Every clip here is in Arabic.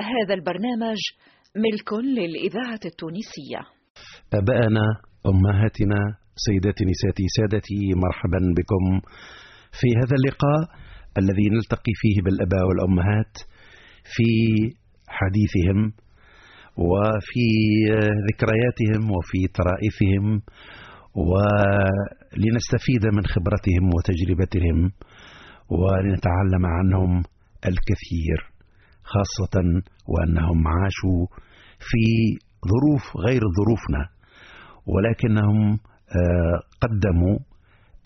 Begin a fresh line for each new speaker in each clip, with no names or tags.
هذا البرنامج ملك للإذاعة التونسية
آبائنا أمهاتنا سيداتي نساتي سادتي مرحبا بكم في هذا اللقاء الذي نلتقي فيه بالآباء والأمهات في حديثهم وفي ذكرياتهم وفي طرائفهم ولنستفيد من خبرتهم وتجربتهم ولنتعلم عنهم الكثير خاصة وأنهم عاشوا في ظروف غير ظروفنا ولكنهم آه، قدموا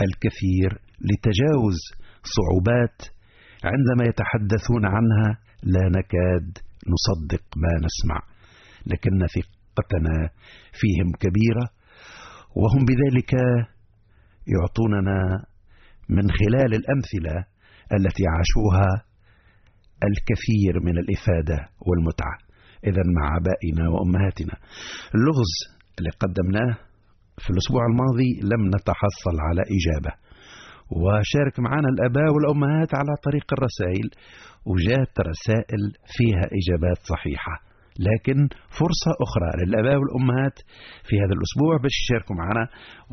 الكثير لتجاوز صعوبات عندما يتحدثون عنها لا نكاد نصدق ما نسمع لكن ثقتنا فيهم كبيرة وهم بذلك يعطوننا من خلال الأمثلة التي عاشوها الكثير من الإفادة والمتعة إذا مع آبائنا وأمهاتنا اللغز اللي قدمناه في الأسبوع الماضي لم نتحصل على إجابة وشارك معنا الآباء والأمهات على طريق الرسائل وجات رسائل فيها إجابات صحيحة لكن فرصة أخرى للآباء والأمهات في هذا الأسبوع باش يشاركوا معنا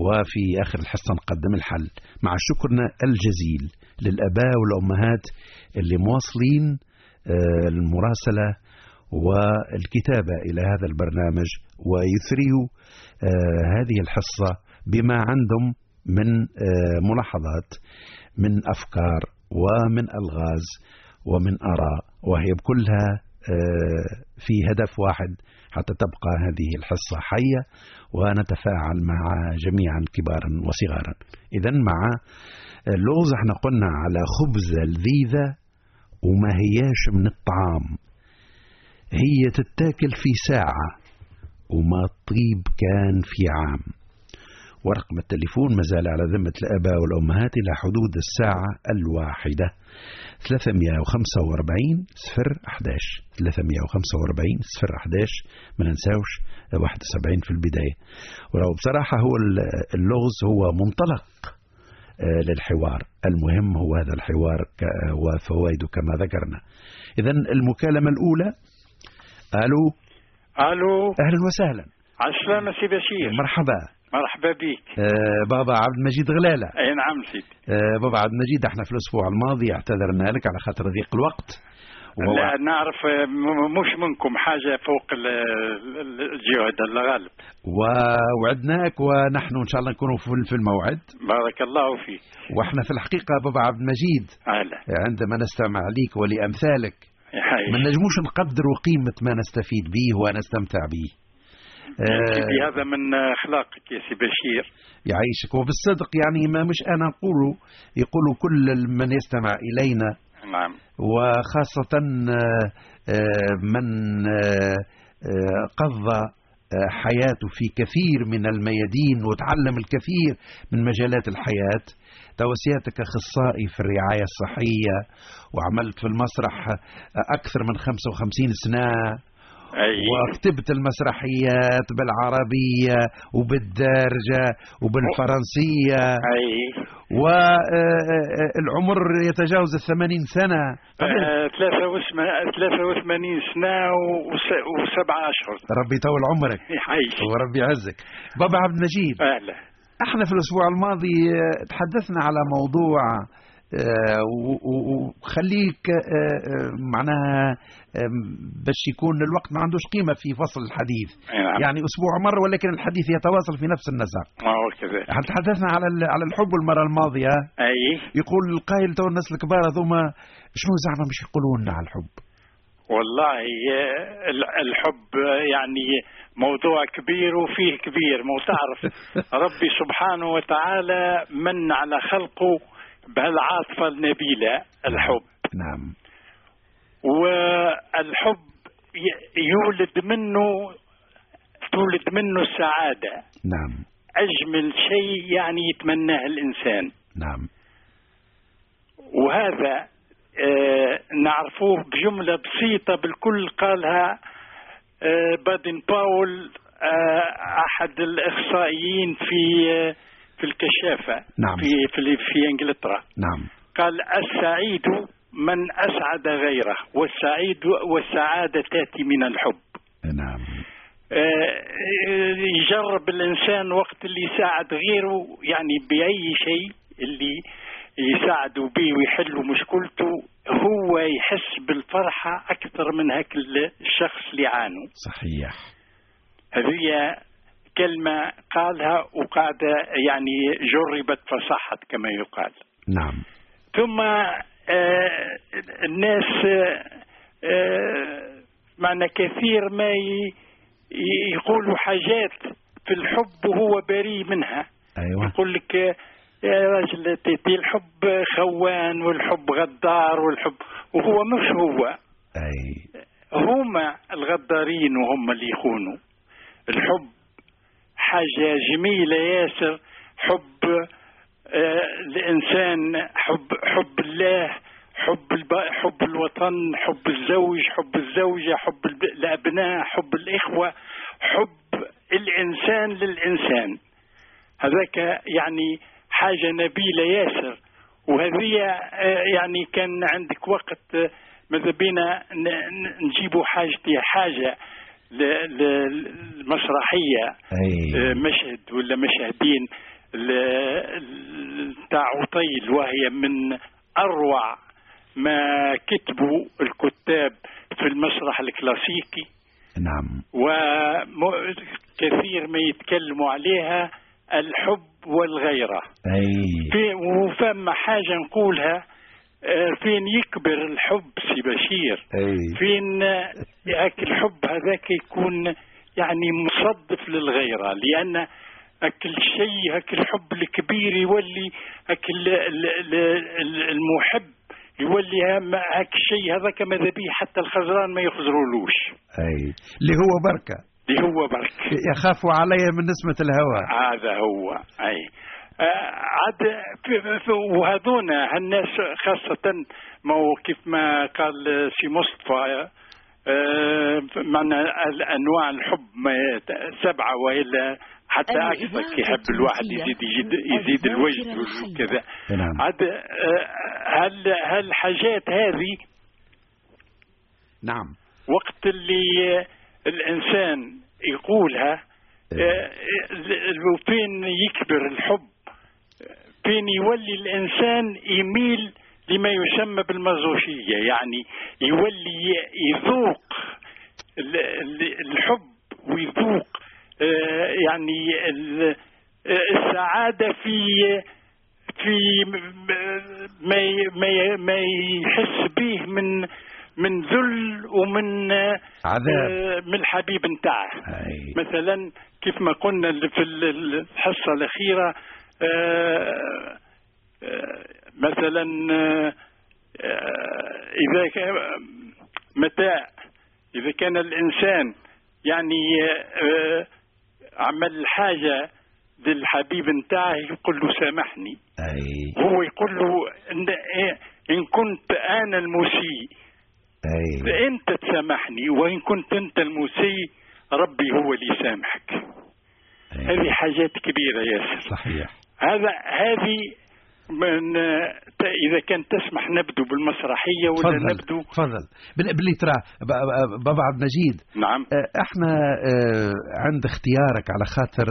وفي آخر الحصة نقدم الحل مع شكرنا الجزيل للآباء والأمهات اللي مواصلين آه، المراسلة والكتابة إلى هذا البرنامج ويثريوا آه، هذه الحصة بما عندهم من آه، ملاحظات من أفكار ومن ألغاز ومن آراء وهي كلها في هدف واحد حتى تبقى هذه الحصة حية ونتفاعل مع جميعا كبارا وصغارا إذا مع اللغز احنا قلنا على خبزة لذيذة وما هياش من الطعام هي تتاكل في ساعة وما طيب كان في عام ورقم التليفون مازال على ذمة الآباء والأمهات إلى حدود الساعة الواحدة 345 صفر 11 345 صفر 11 ما ننساوش 71 في البداية ولو بصراحة هو اللغز هو منطلق آه، للحوار المهم هو هذا الحوار وفوائده كما ذكرنا إذا المكالمة الأولى ألو
الو
أهلا وسهلا
عسلامة سي بشير
أه. إيه، مرحبا
مرحبا بك
آه بابا عبد المجيد غلالة
اي نعم سيدي
آه بابا عبد المجيد احنا في الأسبوع الماضي اعتذرنا لك على خاطر ضيق الوقت وهو-
لا نعرف آه، م- مش منكم حاجة فوق ال- ال- الجهد الغالب
ووعدناك ونحن إن شاء الله نكون في- في الموعد
بارك الله فيك
واحنا في الحقيقة بابا عبد المجيد
هلا
عندما نستمع ليك ولأمثالك ما
يحييك.
نجموش نقدروا قيمة ما نستفيد به ونستمتع به
سيدي
آه
هذا من أخلاقك يا سي بشير
يعيشك وبالصدق يعني ما مش أنا نقوله يقول كل من يستمع إلينا
نعم
وخاصة آه، آه، من آه، آه، قضى آه، حياته في كثير من الميادين وتعلم الكثير من مجالات الحياة توسياتك أخصائي في الرعاية الصحية وعملت في المسرح آه، أكثر من 55 سنة
أي
وكتبت المسرحيات بالعربية وبالدارجة وبالفرنسية آه،
أي
والعمر يتجاوز الثمانين سنة قبل
آه، ثلاثة وثم- ثلاثة وثمانين سنة وس- وسبعة أشهر
ربي يطول عمرك
يحييك
وربي يعزك بابا عبد المجيد
أهلا
احنا في الاسبوع الماضي آه، تحدثنا على موضوع آه، و- و- وخليك آه، آه، معناها آم، باش يكون الوقت ما عندوش قيمة في فصل الحديث
أي نعم
يعني أسبوع مرة ولكن الحديث يتواصل في نفس النسق
ما هو كذا
احنا تحدثنا على ال- على الحب المرة الماضية
أي
يقول القائل تو الناس الكبار هذوما شنو زعما مش يقولوا لنا على الحب
والله آه، ال- الحب آه، يعني موضوع كبير وفيه كبير مو تعرف ربي سبحانه وتعالى من على خلقه بهالعاطفة النبيلة الحب
نعم
والحب ي- يولد منه تولد منه السعادة
نعم
أجمل شيء يعني يتمناه الإنسان
نعم
وهذا آه، نعرفوه بجملة بسيطة بالكل قالها آه، بادن باول آه، أحد الإخصائيين في آه، في الكشافة
نعم.
في في, في إنجلترا
نعم
قال السعيد من أسعد غيره والسعيد والسعادة تأتي من الحب
نعم
آه، يجرب الإنسان وقت اللي يساعد غيره يعني بأي شيء اللي يساعده به ويحل مشكلته هو يحس بالفرحة أكثر من هك الشخص اللي عانه
صحيح
هذه كلمة قالها وقاعدة يعني جربت فصحت كما يقال
نعم
ثم آه، الناس آه، آه، معنى كثير ما ي- ي- يقولوا حاجات في الحب وهو بريء منها
أيوة
يقول لك آه، يا راجل تي- تي الحب خوان والحب غدار والحب وهو مش هو
أي
هما الغدارين وهم اللي يخونوا الحب حاجة جميلة ياسر حب آه، الإنسان حب حب الله حب الب... حب الوطن حب الزوج حب الزوجة حب الب... الأبناء حب الإخوة حب الإنسان للإنسان هذاك يعني حاجة نبيلة ياسر وهذه آه، يعني كان عندك وقت آه، ماذا بينا ن- ن- نجيبوا حاجتي حاجة ل- ل- للمسرحية إيه،
أي
مشهد ولا مشهدين ل- ل- تاع عطيل وهي من اروع ما كتبوا الكتاب في المسرح الكلاسيكي
نعم
وكثير ما يتكلموا عليها الحب والغيره
أي
في وفما حاجه نقولها آه، فين يكبر الحب سي بشير
أي
فين آه، هاك الحب هذاك يكون يعني مصدف للغيرة لأن هاك الشيء هاك الحب الكبير يولي هاك ال- ال- ال- ال- المحب يولي هم- هاك الشيء هذاك ماذا به حتى الخزران ما يخزرولوش
أي اللي هو بركة
اللي هو برك
يخاف علي من نسمة الهوى
هذا هو اي آه، عاد في- في- وهذونا هالناس خاصة ما هو كيف ما قال سي مصطفى آه، معنى الأنواع الحب ما يت- سبعة وإلا حتى
الإذاعة
أكثر كي يحب الواحد يزيد يزيد, يزيد
الذاكرة
الوجد
الحية.
وكذا
نعم
عاد آه، هل هالحاجات هذه
نعم
وقت اللي آه، الإنسان يقولها آه، آه، فين يكبر الحب فين يولي الإنسان يميل لما يسمى بالمازوشية يعني يولي ي- يذوق ال- ال- الحب ويذوق آه، يعني ال- آه، السعادة في في م- ما ي- ما ي- ما يحس به من من ذل ومن آه،
عذاب
من الحبيب نتاعه
أي
مثلا كيف ما قلنا اللي في ال- ال- الحصة الأخيرة آه، آه، مثلا آه، آه، إذا كان متاع إذا كان الإنسان يعني آه، عمل حاجة للحبيب نتاعه يقول له سامحني
أي
هو يقول له إن, إيه، إن كنت أنا المسيء
أي
فأنت تسامحني وإن كنت أنت المسيء ربي هو اللي يسامحك هذه
أي
حاجات كبيرة ياسر
صحيح
هذا هذه من ت- إذا كان تسمح نبدو بالمسرحية ولا
تفضل
نبدو
تفضل بال- باللي تراه ب- ب- بابا عبد المجيد
نعم
آه، احنا آه، عند اختيارك على خاطر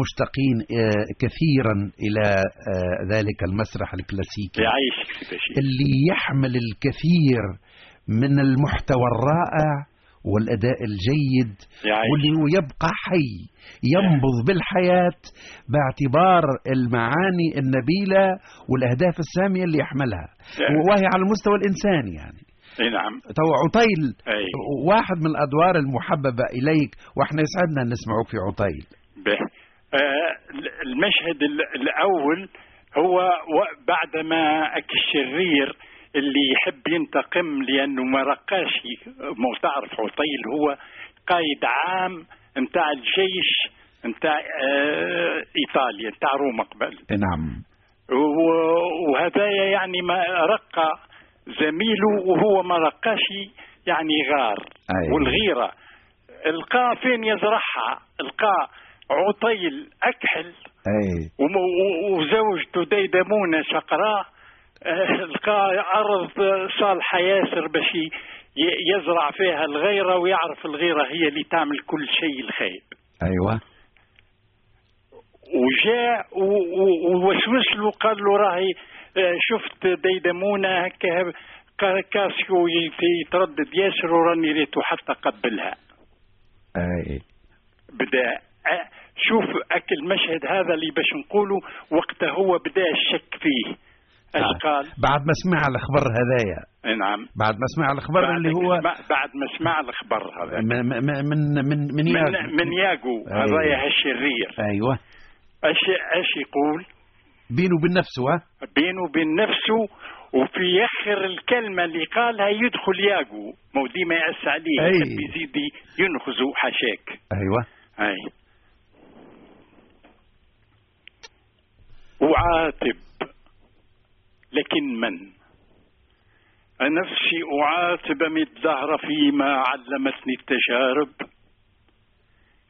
مشتاقين آه، كثيرا الى آه، ذلك المسرح الكلاسيكي
يعيشك في بشير
اللي يحمل الكثير من المحتوى الرائع والاداء الجيد
يعيش
واللي هو يبقى حي ينبض بالحياه باعتبار المعاني النبيله والاهداف الساميه اللي يحملها وهي على المستوى الانساني يعني
إي نعم
تو عطيل
أي
واحد من الادوار المحببه اليك واحنا يسعدنا نسمعك في عطيل
به آه، المشهد ال- الأول هو و- بعدما أك الشرير اللي يحب ينتقم لأنه ما رقاش ي- مو تعرف عطيل هو قائد عام نتاع الجيش نتاع آه، إيطاليا نتاع روما قبل
نعم
و- وهذايا يعني ما رقى زميله وهو ما رقاش يعني غار
أي.
والغيرة القاه فين يزرعها القاه عطيل أكحل
اي
وم- و- وزوجته ديدمونة شقراء لقى أرض صالحة ياسر باش ي- ي- يزرع فيها الغيرة ويعرف الغيرة هي اللي تعمل كل شيء الخير
ايوه
وجاء و- و- ووسوس له قال له راهي آه، شفت ديدمونة هكا قا- كاسيو يت- يتردد ياسر وراني ريتو حتى قبلها
اي
بدا آه، شوف اك المشهد هذا اللي باش نقوله وقت هو بدا الشك فيه اش قال
بعد ما سمع الخبر هذايا
نعم
بعد ما سمع الخبر
بعد
اللي هو
ما سمع- بعد ما سمع الخبر هذا
م- م- م- من من من
من,
ياغ-
من ياجو
أيوة.
هذايا الشرير
ايوه
اش اش يقول
بينه وبين نفسه ها
بينه وبين نفسه وفي اخر الكلمه اللي قالها يدخل ياجو ما هو ديما يأس عليه
أي.
يحب يزيد ينخزو حشاك
ايوه
اي أعاتب لكن من نفسي أعاتب من الزهرة فيما علمتني التجارب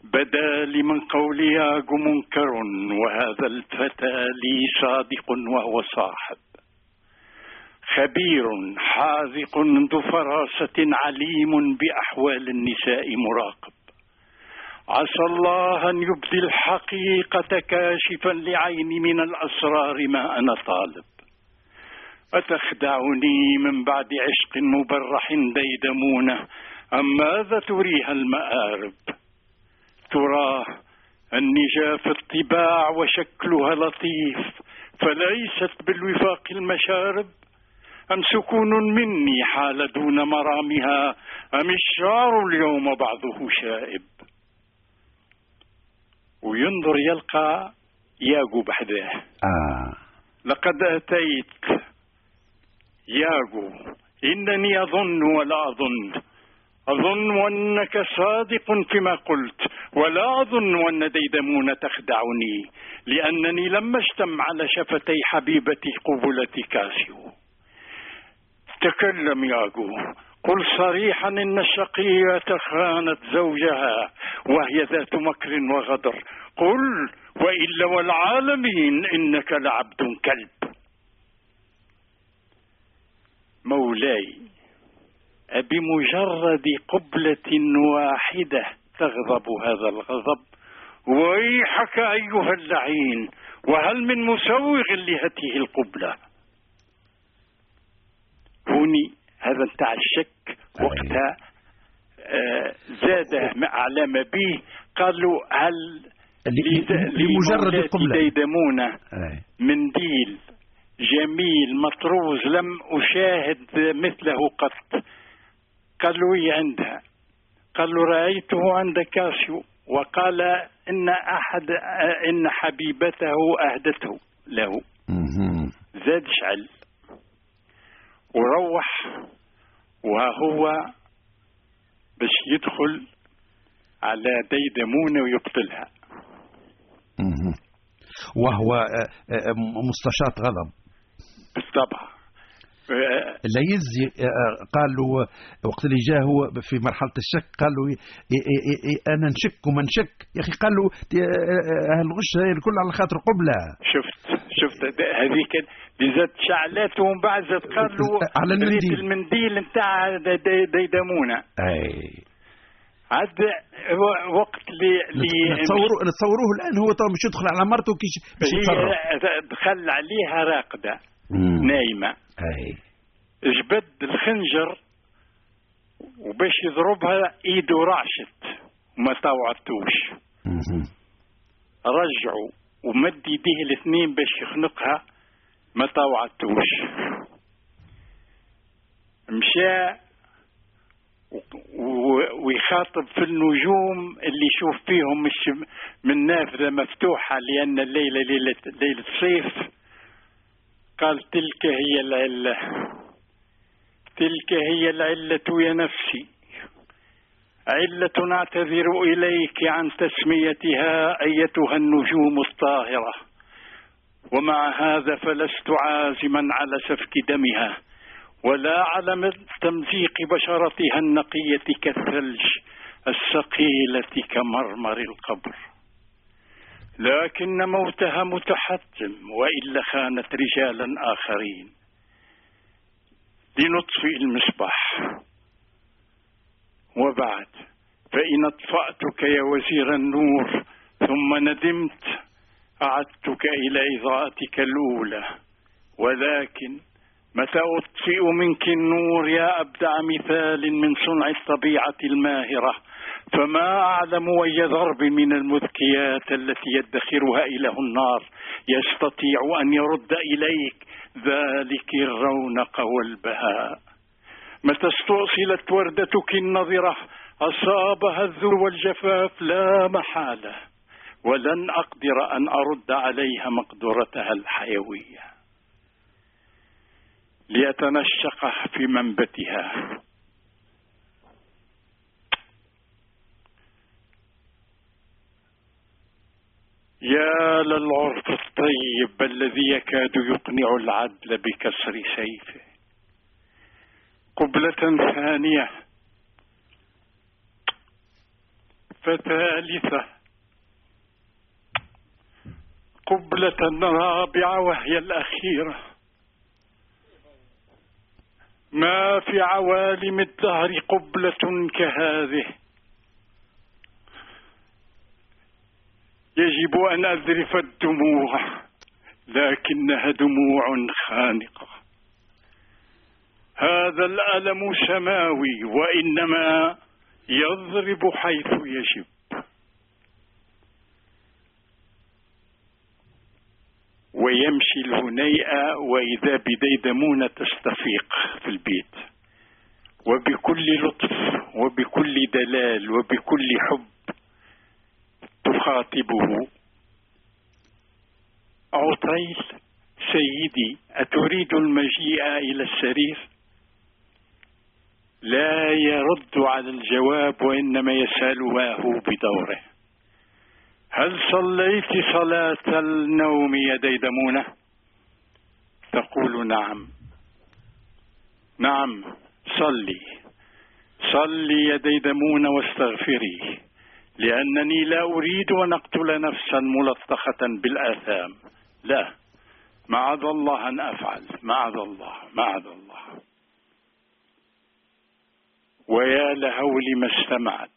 بدا لي من قولها منكر وهذا الفتى لي صادق وهو صاحب خبير حاذق ذو فراسة عليم بأحوال النساء مراقب عسى الله أن يبدي الحقيقة كاشفا لعيني من الأسرار ما أنا طالب أتخدعني من بعد عشق مبرح ديدمونة أم ماذا تريها المآرب تراه أني جاف الطباع وشكلها لطيف فليست بالوفاق المشارب أم سكون مني حال دون مرامها أم الشعر اليوم بعضه شائب وينظر يلقى ياغو بحذاه
اه
لقد أتيت ياغو إنني أظن ولا أظن أظن أنك صادق فيما قلت ولا أظن أن ديدمون تخدعني لأنني لما اجتم على شفتي حبيبتي قبلة كاسيو تكلم ياغو قل صريحا إن الشقية خانت زوجها وهي ذات مكر وغدر قل وإلا والعالمين إنك لعبد كلب مولاي بمجرد قبلة واحدة تغضب هذا الغضب ويحك أيها اللعين وهل من مسوغ لهذه القبلة هوني هذا انتهى الشك
أي.
وقتها آه، زاد على ما به قالوا هل
ل- لمجرد
لمولاتي
القبلة
ديدمونة
أي.
منديل جميل مطروز لم أشاهد مثله قط قال له إيه عندها قال له رأيته عند كاسيو وقال إن أحد إن حبيبته أهدته له
مهم.
زاد شعل وروح وهو باش يدخل على ديدمونة ويقتلها
مهم. وهو آه، آه، مستشاط غضب
بالطبع آه،
لا يزي آه، آه، قال له وقت اللي جا هو في مرحله الشك قال له إي- إي- إي- إي، انا نشك وما نشك يا اخي قال له ت- آه، آه، اهل الغش هاي الكل على خاطر قبله
شفت شفت هذيك اللي زاد شعلات ومن بعد زاد قال له
على المنديل.
ريت المنديل نتاع ديدمونه
اي
عاد و- وقت اللي اللي
نتصوروا نتصوروه الان هو تو مش يدخل على مرته كي باش يتصرف
هي دخل عليها راقده
مم.
نايمه
اي
جبد الخنجر وباش يضربها ايده رعشت وما طوعتوش
مهم.
رجعوا ومد يديه الاثنين باش يخنقها ما طاوعتوش مشى و- و- ويخاطب في النجوم اللي يشوف فيهم مش من نافذة مفتوحة لأن الليلة ليلة, ليلة صيف قال تلك هي العلة تلك هي العلة يا نفسي علة نعتذر إليك عن تسميتها أيتها النجوم الطاهرة ومع هذا فلست عازما على سفك دمها ولا على تمزيق بشرتها النقية كالثلج الثقيلة كمرمر القبر لكن موتها متحتم وإلا خانت رجالا آخرين لنطفئ المصباح وبعد فإن أطفأتك يا وزير النور ثم ندمت أعدتك إلى إضاءتك الأولى ولكن متى أطفئ منك النور يا أبدع مثال من صنع الطبيعة الماهرة فما أعلم أي ضرب من المذكيات التي يدخرها إله النار يستطيع أن يرد إليك ذلك الرونق والبهاء متى استؤصلت وردتك النظرة أصابها الذل والجفاف لا محالة ولن أقدر أن أرد عليها مقدرتها الحيوية ليتنشق في منبتها يا للعرف الطيب الذي يكاد يقنع العدل بكسر سيفه قبلة ثانية فثالثة قبلة رابعة وهي الأخيرة ما في عوالم الدهر قبلة كهذه يجب أن أذرف الدموع لكنها دموع خانقة هذا الألم سماوي وإنما يضرب حيث يجب ويمشي الهنيئة وإذا بديدمونة تستفيق في البيت وبكل لطف وبكل دلال وبكل حب تخاطبه عطيل سيدي أتريد المجيء إلى السرير لا يرد على الجواب وإنما يسألها هو بدوره هل صليت صلاة النوم يا ديدمونة تقول نعم نعم صلي صلي يا ديدمونة واستغفري لأنني لا أريد أن أقتل نفسا ملطخة بالآثام لا معاذ الله أن أفعل معاذ الله معاذ الله ويا لهول ما استمعت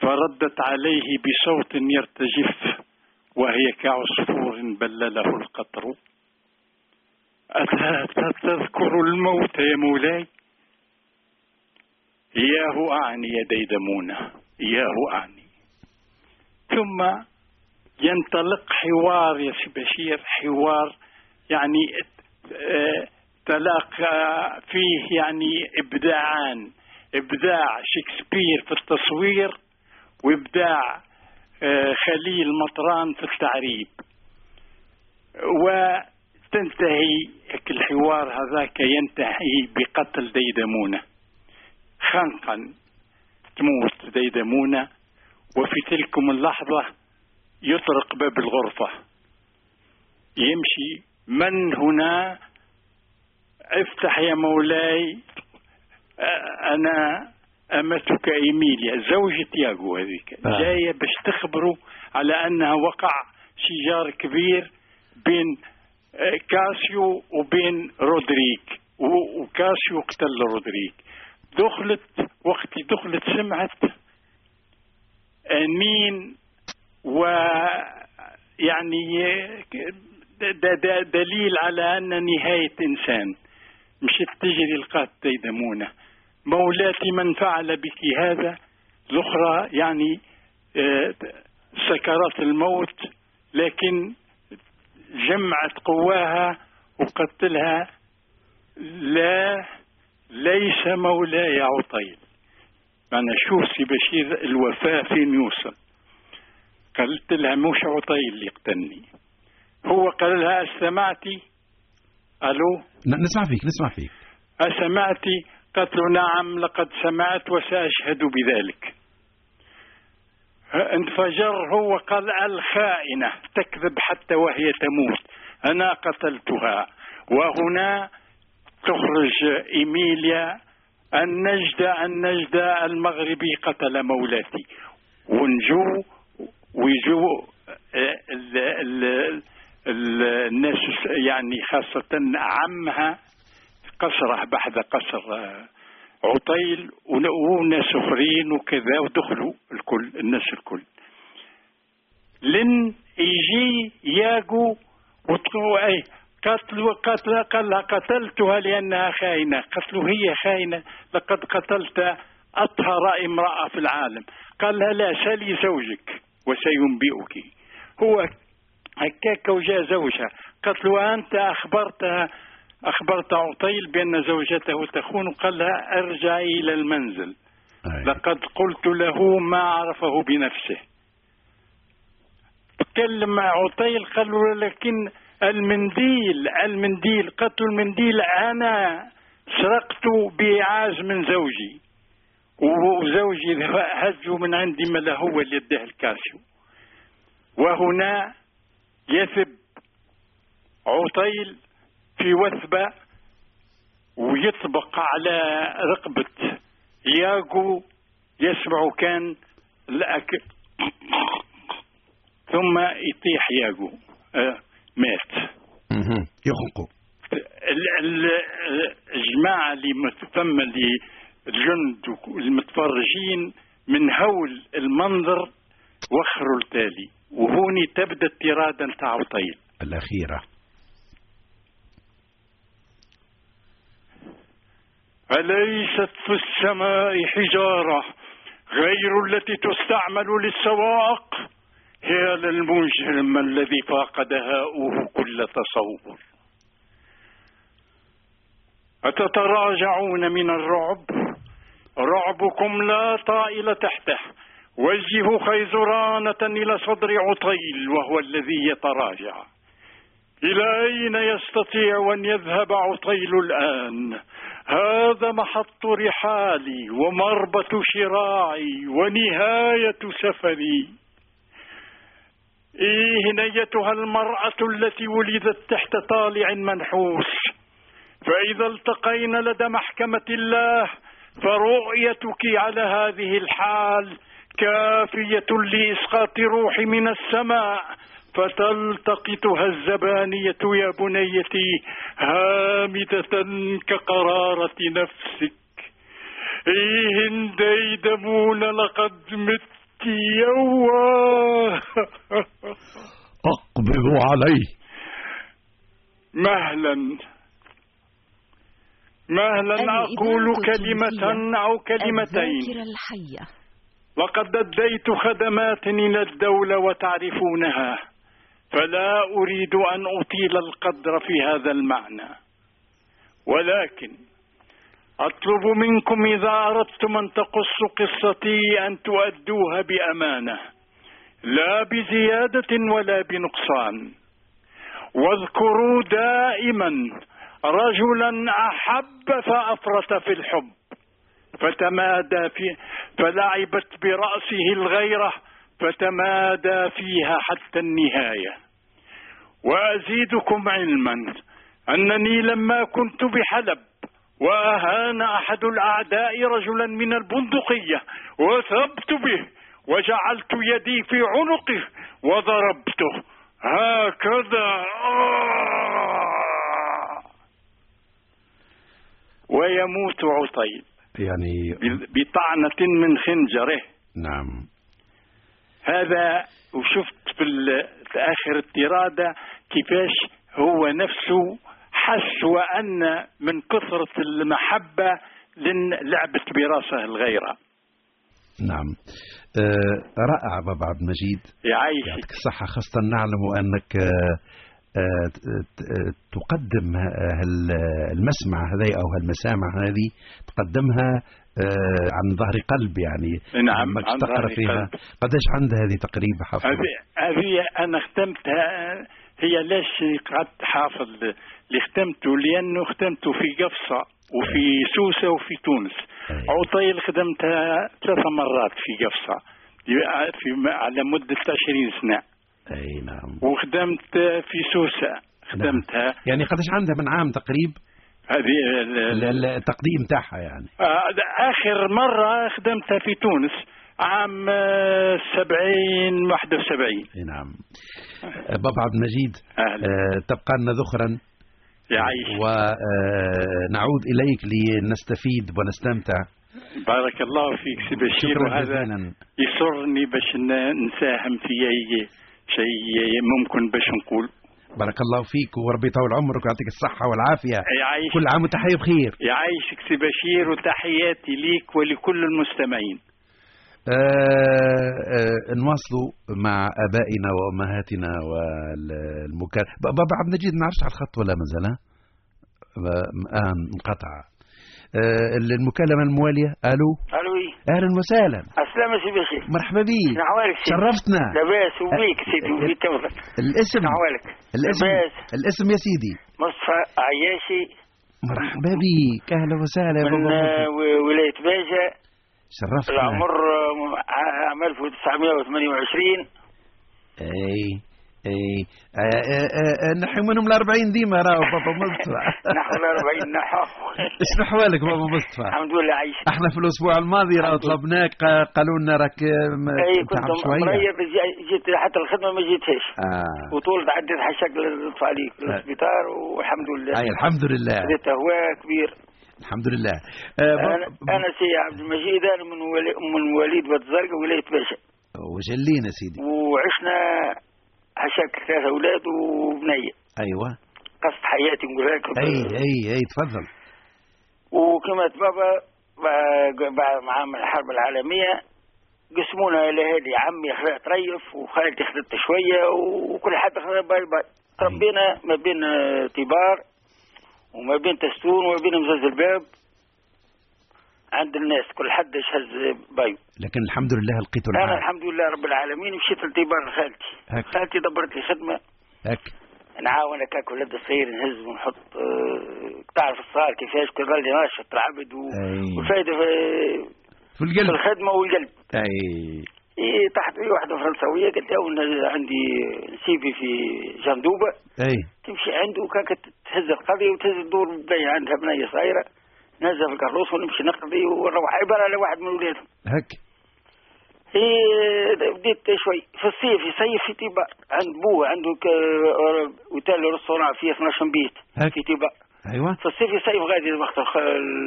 فردت عليه بصوت يرتجف وهي كعصفور بلله القطر أتذكر الموت يا مولاي إياه أعني يا ديدمونة إياه أعني ثم ينطلق حوار يا سي بشير حوار يعني آه، تلاقى فيه يعني إبداعان إبداع شكسبير في التصوير وإبداع آه، خليل مطران في التعريب وتنتهي الحوار هذاك ينتهي بقتل ديدمونه خنقا تموت ديدمونة وفي تلكم اللحظة يطرق باب الغرفة يمشي من هنا افتح يا مولاي أنا أمتك إيميليا زوجة تياغو هذيك
آه.
جاية باش تخبره على أنها وقع شجار كبير بين آه، كاسيو وبين رودريك و- وكاسيو قتل رودريك دخلت وقت دخلت سمعت آه، مين و يعني ده ده دليل على ان نهايه انسان مشيت تجري لقات ديدمونه مولاتي من فعل بك هذا الاخرى يعني آه، سكرات الموت لكن جمعت قواها وقتلها لا ليس مولاي عطيل أنا شوف سي بشير الوفاء فين يوصل قالت لها مش عطيل اللي قتلني هو قال لها أسمعتي ألو
ن- نسمع فيك نسمع فيك
أسمعتي قالت له نعم لقد سمعت وسأشهد بذلك انفجر هو قال الخائنة تكذب حتى وهي تموت أنا قتلتها وهنا تخرج إيميليا النجدة النجدة المغربي قتل مولاتي ونجو ويجو آه، ال- ال- ال- الناس يعني خاصة عمها قصر بحذا قصر آه، عطيل ولقوه ناس اخرين وكذا ودخلوا الكل الناس الكل لن يجي ياجو وطلعوا اي قتلوا قتل قال قتلتها لانها خاينه قتلوا هي خاينه لقد قتلت اطهر امراه في العالم قال لها لا سالي زوجك وسينبئك هو هكاك وجاء زوجها قالت له أنت أخبرتها أخبرت عطيل بأن زوجته تخون قال لها ارجعي إلى المنزل
أي.
لقد قلت له ما عرفه بنفسه تكلم عطيل قال له لكن المنديل المنديل قتل المنديل أنا سرقت بإعاز من زوجي وزوجي هزه من عندي ما لا هو اللي يده الكاسيو وهنا يثب عطيل في وثبة ويطبق على رقبة ياغو يسمع كان الأك... ثم يطيح ياغو آه، مات
مهم. يخنقوا
ال- ال- الجماعة اللي مت- ثم اللي الجند وك- المتفرجين من هول المنظر وخروا التالي وهوني تبدا الترادة نتاع عطيل
الأخيرة
أليست في السماء حجارة غير التي تستعمل للسواق هي للمجرم الذي فاقد هاؤه كل تصور أتتراجعون من الرعب رعبكم لا طائل تحته وجهوا خيزرانة إلى صدر عطيل وهو الذي يتراجع إلى أين يستطيع أن يذهب عطيل الآن؟ هذا محط رحالي ومربة شراعي ونهاية سفري. إيه نيتها المرأة التي ولدت تحت طالع منحوس فإذا التقينا لدى محكمة الله فرؤيتك على هذه الحال كافية لإسقاط روحي من السماء فتلتقطها الزبانية يا بنيتي هامدة كقرارة نفسك إيه انديدمون لقد مت يوا
أقبضوا عليه
مهلا مهلا
الإذاعة
أقول
التونسية
كلمة أو كلمتين
الذاكرة الحية
لقد أديت خدمات إلى الدولة وتعرفونها فلا أريد أن أطيل القدر في هذا المعنى ولكن أطلب منكم إذا أردتم أن تقصوا قصتي أن تؤدوها بأمانة لا بزيادة ولا بنقصان واذكروا دائما رجلا أحب فأفرط في الحب فتمادى في فلعبت برأسه الغيرة فتمادى فيها حتى النهاية وأزيدكم علما أنني لما كنت بحلب وأهان أحد الأعداء رجلا من البندقية وثبت به وجعلت يدي في عنقه وضربته هكذا آه. ويموت عطيل
يعني
بطعنة من خنجره
نعم
هذا وشفت في ال- في آخر الترادة كيفاش هو نفسه حس وأن من كثرة المحبة لن لعبت براسه الغيرة
نعم آه رائع بابا عبد المجيد
يعيشك
يعطيك الصحة خاصة نعلم أنك آه، آه، ت- ت- تقدم ه- هال- المسمع هذه أو هالمسامع هذه تقدمها آه، عن ظهر قلب يعني
نعم،
ماكش
عن
تقرا
ظهر
فيها
قلب.
قداش عندها هذه تقريبا حافظ
هذه هذه أنا ختمتها هي ليش قعدت حافظ اللي ختمته لأنه ختمته في قفصة وفي سوسة وفي تونس
أي.
عطيل خدمتها ثلاث مرات في قفصة في على مدة 20 سنة
أي نعم
وخدمت في سوسة خدمتها
يعني قداش عندها من عام تقريب
هذه ال-
ال-
ال-
ال- التقديم تاعها يعني
آه، آخر مرة خدمتها في تونس عام آه، 70 71
أي نعم آه، بابا عبد المجيد
أهلا
آه، تبقى لنا ذخرا
يعيش
ونعود آه، إليك لنستفيد ونستمتع
بارك الله فيك سي بشير
شكرا
وهذا
جزيلا
يسرني باش ن- نساهم في اي شيء ممكن باش نقول
بارك الله فيك وربي يطول عمرك ويعطيك الصحة والعافية
يعيش
كل عام وأنت حي بخير
يعيشك سي بشير وتحياتي ليك ولكل المستمعين
آه آه نواصلوا مع ابائنا وامهاتنا والمكان بابا عبد المجيد ما نعرفش على الخط ولا مازال ها؟ آه آه، انقطع آه المكالمه المواليه الو
الو
اهلا وسهلا
السلام سي بشير
مرحبا بيك
نحوالك سيدي
شرفتنا
لاباس وبيك سيدي وبيك تفضل
الاسم
نعم. نحوالك
الاسم
لاباس
الاسم يا سيدي
مصطفى عياشي
مرحبا بيك اهلا وسهلا يا
من آه،
بابا
و- ولاية باجة
شرفتنا
العمر آه، ع- عام 1928
اي اي آه، آه، آه، آه، نحي منهم ال 40 ديما راهو بابا مصطفى
نحو ال 40 نحو
شنو احوالك بابا مصطفى؟
الحمد لله عايش
احنا في الاسبوع الماضي راهو
الحمد لله.
طلبناك قا- قالوا لنا راك آه، م-
اي
تعب
كنت
شويه
مريض جي- جيت حتى الخدمة ما جيتهاش
اه
وطول عديت حشاك لطف عليك للسبيطار والحمد لله
اي آه. الحمد لله
خذيت هواء كبير
الحمد لله آه
انا
بابا-
انا سي عبد المجيد انا من ولي من وليد بنت زرقاء ولايه باشا
وجلينا سيدي
وعشنا عشاك ثلاثه اولاد وبنيه
ايوه
قصد حياتي نقول لك
اي اي اي تفضل
وكما بابا ب- بعد ما عام الحرب العالميه قسمونا الى هذه عمي خذا طريف وخالتي خذت شويه وكل حد خذا باي باي ربينا ما بين آه، تبار وما بين تستون وما بين مزاز الباب عند الناس كل حد شهز بايو
لكن الحمد لله لقيتوا
انا
الحال
الحمد لله رب العالمين مشيت لتبار خالتي
هك.
خالتي دبرت لي خدمه
هك
نعاونك هاك ولد صغير نهز ونحط آه، تعرف الصغار كيفاش كي ظل ناشط العبد و-
أي.
والفايده في-
في
في
القلب
الخدمه والقلب
اي
إيه تحت إيه واحده فرنسويه قالت لها أنا عندي سيفي في جندوبه
اي
تمشي عنده وكانت تهز القضيه وتهز الدور بنيه عندها بنيه صغيره نهزها في الكروس ونمشي نقضي ونروح عباره على واحد من ولادهم
هك
إيه، بديت شوي في الصيف يصيف في تيبا عند بوه عنده ك- اوتيل ريستوران فيه 12 بيت
هك.
في تيبا
ايوه
في الصيف يصيف غادي وقت الخ-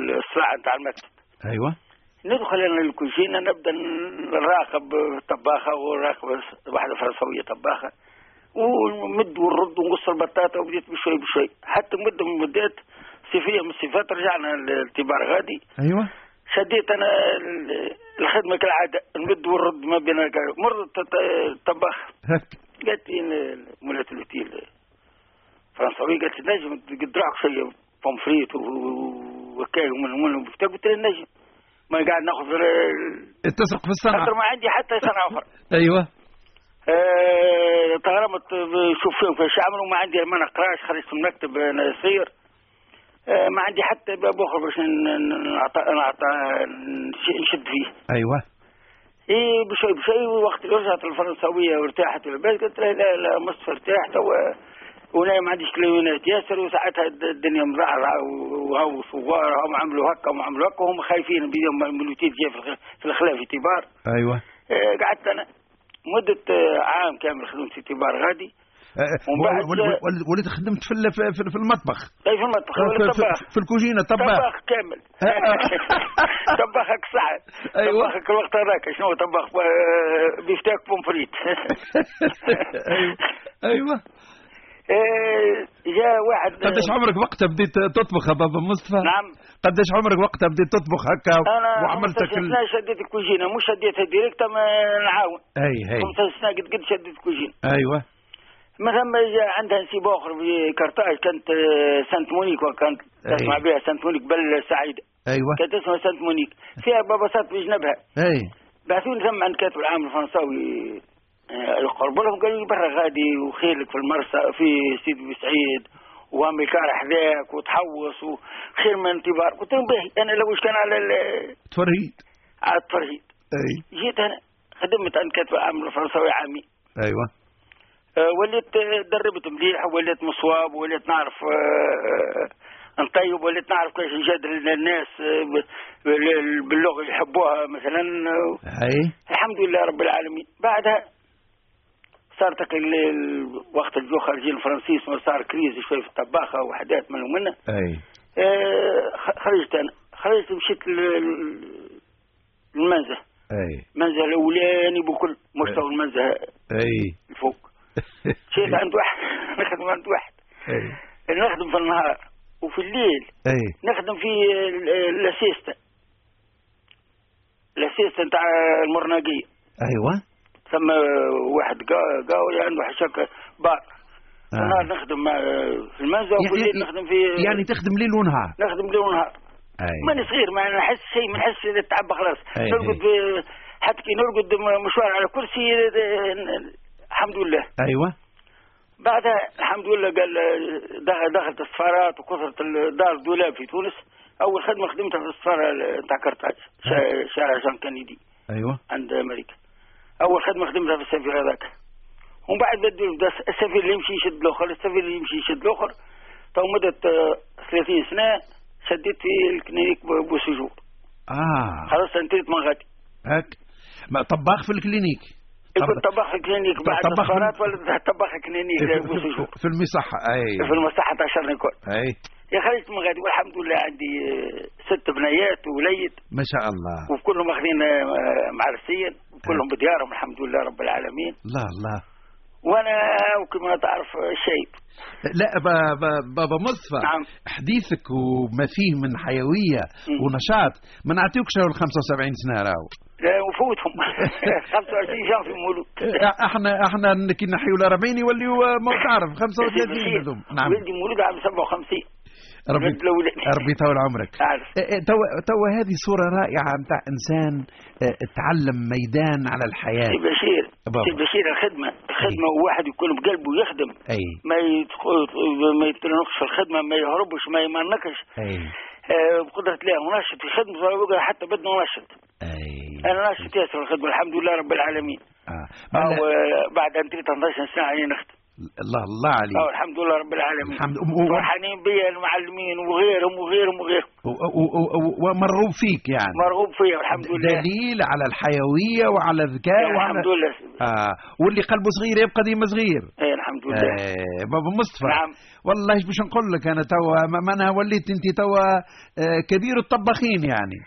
الساعه نتاع المكتب
ايوه
ندخل انا الكوزينه نبدا نراقب طباخه وراقب واحده فرنسويه طباخه ونمد ونرد ونقص البطاطا وبديت بشوي بشوي حتى مده من المدات صيفيه من الصيفات رجعنا للتبار غادي
ايوه
شديت انا ال- الخدمه كالعاده نمد ونرد ما بين هكا. مرت الطباخ
هك
قالت لي ال- مولات الاوتيل فرنساوي قالت لي نجم تقد روحك شويه بومفريت وكاي ومن من وبتاع. قلت لها نجم ما قاعد ناخذ ال-
تسرق في
خاطر
الصنعه
ما عندي حتى صنعه اخرى
ايوه
آه، تغرمت شوف فيهم فاش عملوا ما عندي ما نقراش خرجت من المكتب انا صغير آه، ما عندي حتى باب اخر باش ن- ن- نعطى نعطى نش- نشد فيه
ايوه
ايه بشوي بشوي وقت اللي رجعت الفرنساويه وارتاحت البلد قلت لها لا لا مصر ارتاحت و... وانا ما عنديش كليونات ياسر وساعتها الد- الدنيا مزعرعه وهو صغار هم عملوا هكا وهم عملوا هكا وهم خايفين بيهم الملوتين جاي في الخ- في الخلاف في تبار
ايوه
آه، قعدت انا مده آه، عام كامل خدمت في تبار غادي
آه،
ومن بعد-
ول- ول- ول- ولد خدمت في ال- في- في- في المطبخ
طيب في المطبخ ولا طباخ
في, في الكوجينه طباخ
طباخ كامل
آه.
طباخك صعب
أيوة.
طباخك الوقت هذاك شنو هو طباخ آه، بيفتاك بومفريت
ايوه ايوه
آه، جاء واحد
قداش عمرك وقتها بديت تطبخ يا بابا مصطفى؟
أيوة. نعم
قداش عمرك وقتها بديت تطبخ هكا
انا
وعملت كل
15 سنه شديت الكوجينه مش شديتها ديريكت ما نعاون
اي هي
15 سنه قد قد شديت الكوجينه
ايوه
من ثم جاء عندها نسيب اخر في كرطاج كانت آه، سانت مونيك وكانت
أي.
تسمع بها سانت مونيك بل سعيده
ايوه
كانت اسمها سانت مونيك فيها باباسات بجنبها
اي
بعثوني ثم عند كاتب العام الفرنساوي آه، القرب لهم قالوا لي برا غادي وخيلك في المرسى في سيدي بو سعيد وامي كار حذاك وتحوص وخير من انتظار قلت لهم باهي انا لو إيش كان على ال-
تفرهيد
على الترهيد
اي
جيت هنا خدمت عند كاتب العام الفرنساوي عامي
ايوه
آه، وليت آه، دربت مليح وليت مصواب وليت نعرف آه، آه، نطيب وليت نعرف كيفاش نجادل الناس آه، ب- بال- باللغه اللي يحبوها مثلا آه،
هاي
الحمد لله رب العالمين بعدها صارت وقت الجو خارجين الفرنسيس صار كريز شوي في الطباخه وحدات من ومنه
اي
آه، خ- خرجت انا خرجت مشيت المنزه
اي
المنزه الاولاني بكل مستوى المنزه
اي
الفوق
إيه.
مشيت عند واحد نخدم عند واحد
اي
نخدم في النهار وفي الليل
اي
نخدم في ال- ال- الاسيست الاسيست نتاع المرناقيه
ايوه
ثم واحد قا- يعني قاوي عنده حشك بار
آه.
النهار نخدم مع- في المنزه وفي
يعني-
الليل نخدم في
يعني تخدم ليل ونهار أيوة.
نخدم ليل ونهار
اي
ماني صغير نعم. ما نحس شيء ما نحس إذا تعب خلاص
أي،
نرقد في- حتى كي نرقد م- مشوار على كرسي آه، ن- الحمد لله
ايوه
بعدها الحمد لله قال دخل- دخلت السفارات وكثرت الدار دولاب في تونس اول خدمه خدمتها في السفاره ال- تاع كرطاج شا- شارع جان كندي
ايوه
عند امريكا اول خدمه خدمتها في السفير هذاك ومن بعد بدوا بدا السفير اللي يمشي يشد الاخر السفير اللي يمشي يشد الاخر تو مده آه، 30 سنه شديت في الكلينيك ب- بوسجور
اه
خلاص انتهيت من غادي
هك ما طباخ في الكلينيك
كنت طباخ كلينيك بعد
طباخ- إيه،
السفارات ولا طباخ كلينيك بوسجور
في المصحة
في
اي
المصحه تاع شرنكول
اي
يا خرجت من غادي والحمد لله عندي آه، ست بنيات ووليد
ما شاء الله
وكلهم اخذين آه، معرسين وكلهم بديارهم الحمد لله رب العالمين
لا لا
وانا وكما تعرف شيب
لا با- با- بابا مصطفى
نعم.
حديثك وما فيه من حيويه
مم.
ونشاط ما نعطيوكش راهو ال 75 سنه راهو
لا، وفوتهم 25 جان في مولود
احنا احنا كي نحيوا ال 40 يوليوا آه، ما تعرف 35 هذوم نعم
ولدي مولود عام 57
ربي
ولد الأولاد.
ربي يطول عمرك
تعرف
آه، آه، توا توا هذه صوره رائعه نتاع انسان آه، تعلم ميدان على الحياه
سي بشير
بابا.
سي بشير الخدمه الخدمه
إيه.
وواحد يكون بقلبه يخدم
اي
ما يدخل ما يتنقش في الخدمه ما يهربش ما يمنكش
اي
آه، بقدرة الله ونشط في خدمة ولا حتى بدنا ننشط
اي
أنا نشط ياسر الخدمة الحمد لله رب العالمين
آه.
أو
معناها-
آه، بعد أن تريد 12 سنة علي نخدم
الله الله
أو
عليك
الحمد لله رب العالمين
الحمد
فرحانين بيا المعلمين وغيرهم وغيرهم وغيرهم
و- و- و- و- ومرغوب فيك يعني
مرغوب فيا والحمد لله
دليل على الحيويه وعلى الذكاء
إيه،
وعلى
الحمد لله
آه. واللي قلبه صغير يبقى ديما صغير
إيه الحمد لله
آه بابا مصطفى
نعم.
والله باش نقول لك انا توا ما- ما انا وليت انت توا آه كبير الطباخين يعني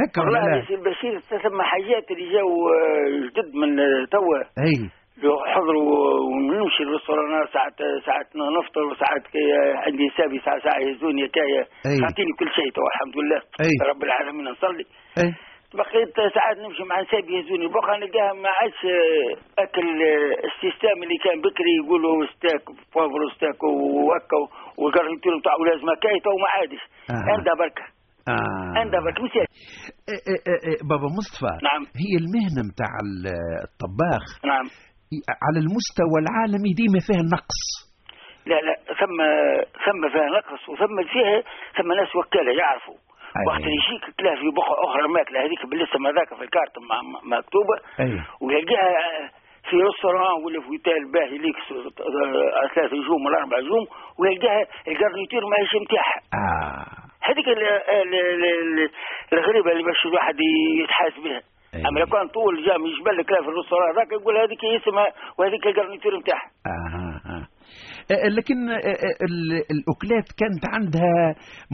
هكا ولا
والله
لا
يا سي البشير ثم حاجات اللي جاوا آه، جدد من آه، توا
اي
لو حضروا ونمشي للريستورانات ساعات ساعات نفطر وساعات كي آه، عندي حسابي ساعة ساعة يهزوني كاية
أي.
يعطيني كل شيء تو الحمد لله
أي.
رب العالمين نصلي
اي
بقيت ساعات نمشي مع حسابي يهزوني بقى نلقاها ما عادش آه، اكل آه، السيستم اللي كان بكري يقولوا ستاك بوفر ستاك وهكا والكارنيتور نتاعو لازم كاي تو ما عادش
آه.
عندها بركه
آه.
عندها بركه مساك
آه، آه، آه، آه، بابا مصطفى
نعم.
هي المهنه نتاع الطباخ
نعم
على المستوى العالمي ديما فيها نقص
لا لا ثم ثم فيها نقص وثم فيها ثم ناس وكاله يعرفوا
أي.
وقت اللي يجيك تلاقي في بقعة أخرى ماكلة هذيك بالاسم هذاك في الكارت مع- مع- مكتوبة
أي.
ويلقاها في ريستوران ولا في اوتيل باهي ليك س- آه، ثلاث نجوم ولا أربع نجوم ويلقاها الكارنيتير ماهيش متاحة
اه
هذيك ال- ال- ال- ال- الغريبة اللي باش الواحد يتحاس بها
أي.
أما لو كان طول جام يجبل لك لا في الريستوران هذاك يقول هذيك اسمها وهذيك الكارنيتير متاعها
آه آه. آه، لكن آه، آه، ال- الأكلات كانت عندها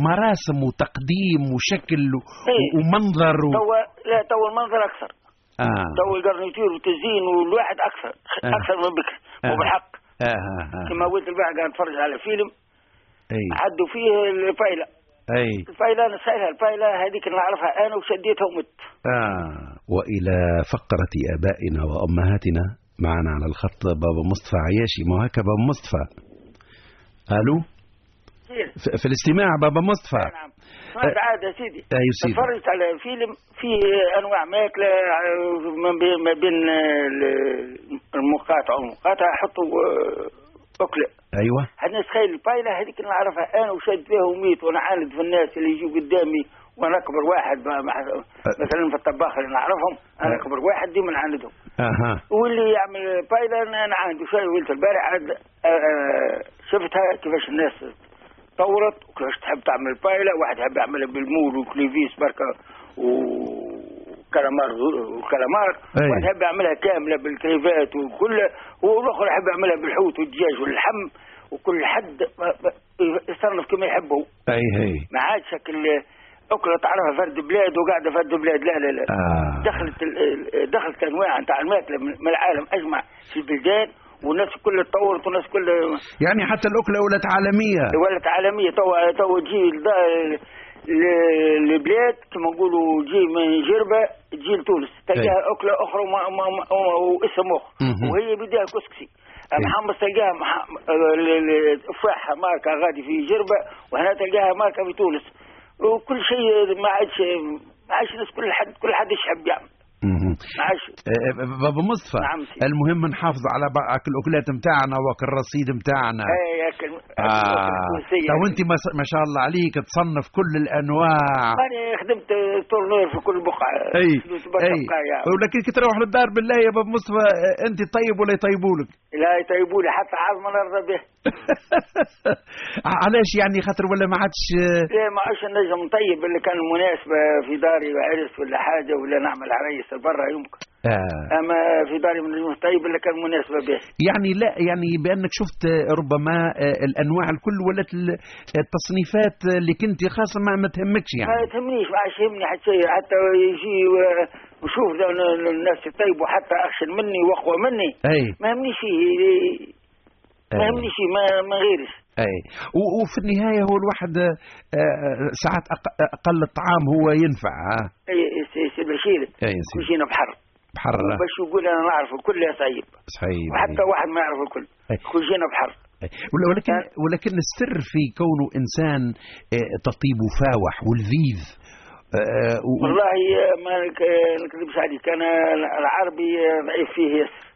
مراسم وتقديم وشكل و-
إيه.
ومنظر و...
توا لا توا المنظر أكثر
آه.
تو القرنيتير والتزيين والواحد اكثر
آه.
اكثر من بكر
آه.
وبالحق
آه آه إيه.
كما قلت البارح قاعد نتفرج على فيلم
أي
عدوا فيه الفايله
أي
الفايله انا سائلها الفايله هذيك اللي نعرفها انا وشديتها ومت
آه. وإلى فقرة آبائنا وأمهاتنا معنا على الخط بابا مصطفى عياشي ما هكا بابا مصطفى ألو في- في الاستماع بابا مصطفى
نعم سمعت عاد يا سيدي
آه، يا سيدي.
تفرجت على فيلم فيه انواع ماكله آه، ما بين- ما بين ال- المقاطعه والمقاطعه حطوا آه، اكله
أيوة
عندنا تخيل الفايلة هذيك اللي نعرفها أنا وشد فيها وميت وأنا عاند في الناس اللي يجوا قدامي وأنا أكبر واحد ما- ما- مثلا في الطباخ اللي نعرفهم أنا أكبر واحد ديما نعاندهم
آه
واللي يعمل فايلة أنا نعاند شوي قلت البارح عاد آه، آه، شفتها كيفاش الناس تطورت وكيفاش تحب تعمل فايلة واحد يحب يعملها بالمول وكليفيس بركة و كلامار وكلامار
أي.
ونحب اعملها كامله بالكريفات وكل والاخرى احب اعملها بالحوت والدجاج واللحم وكل حد ما- ما- يصنف كما يحبه
اي هي
ما عادش شكل اكله تعرفها فرد بلاد وقاعده فرد بلاد لا لا لا
آه.
دخلت ال- ال- دخلت انواع نتاع الماكله من من العالم اجمع في البلدان والناس كلها تطورت والناس كلها
يعني حتى الاكله ولات عالميه
ولت عالميه توا توا تجي لدا- ل- البلاد كما نقولوا تجي من جربه تجي لتونس تلقاها اكله اخرى وما- ما- ما- واسم اخر
مهم.
وهي بداها كسكسي محمص تلقاها مح- ال- ال- التفاحه ماركه غادي في جربه وهنا تلقاها ماركه في تونس وكل شيء ما عادش ما عادش الناس كل حد كل حد يحب يعمل
مهم.
ما عادش
آه، بابا مصطفى
نعم سيدي.
المهم نحافظ على بع- على الاكلات نتاعنا وك الرصيد نتاعنا
هي أكل- أكل-
آه.
أكل تونسية.
تو انت ما س- ما شاء الله عليك تصنف كل الانواع
أنا خدمت تورنير في كل بقعة
اي
خدمت برشا
اي
بقاع يعني.
ولكن كي تروح للدار بالله يا بابا مصطفى آه، انت طيب ولا يطيبوا لك
لا يطيبوا لي حتى عظم انا نرضى به
علاش يعني خاطر ولا ما عادش آه،
لا إيه، ما عادش نجم نطيب اللي كان مناسبة في داري وعرس ولا حاجة ولا نعمل عريس برا يمكن
آه.
أما في داري ما نجمش نطيب اللي كان مناسبة به
يعني لا يعني بانك شفت آه، ربما آه، الانواع الكل ولات ال- آه، التصنيفات اللي كنت خاصه ما, ما تهمكش
ما
يعني
تهمنيش ما عادش يهمني حتى شيء حتى يجي و- وشوف ذا ال- ال- الناس يطيبوا حتى أخشن مني وأقوى مني
اي
ما يهمنيش فيه ما
أي.
يهمنيش فيه ما, ما غيرش
اي و- وفي النهايه هو الواحد آه، آه، ساعات أق- اقل الطعام هو ينفع آه.
أي- سي- سي إيه، بشير
اي يا سيدي
مشينا بحر
بحر آه.
باش يقول أنا نعرف الكل يا طيب
صحيح
وحتى واحد ما يعرف الكل
أي.
خشينا بحر
أي. ول- ولكن ولكن السر في كونه انسان آه، تطيب فاوح ولذيذ آه، و- و-
والله آه، ما نك- نكذبش عليك انا العربي ضعيف فيه ياسر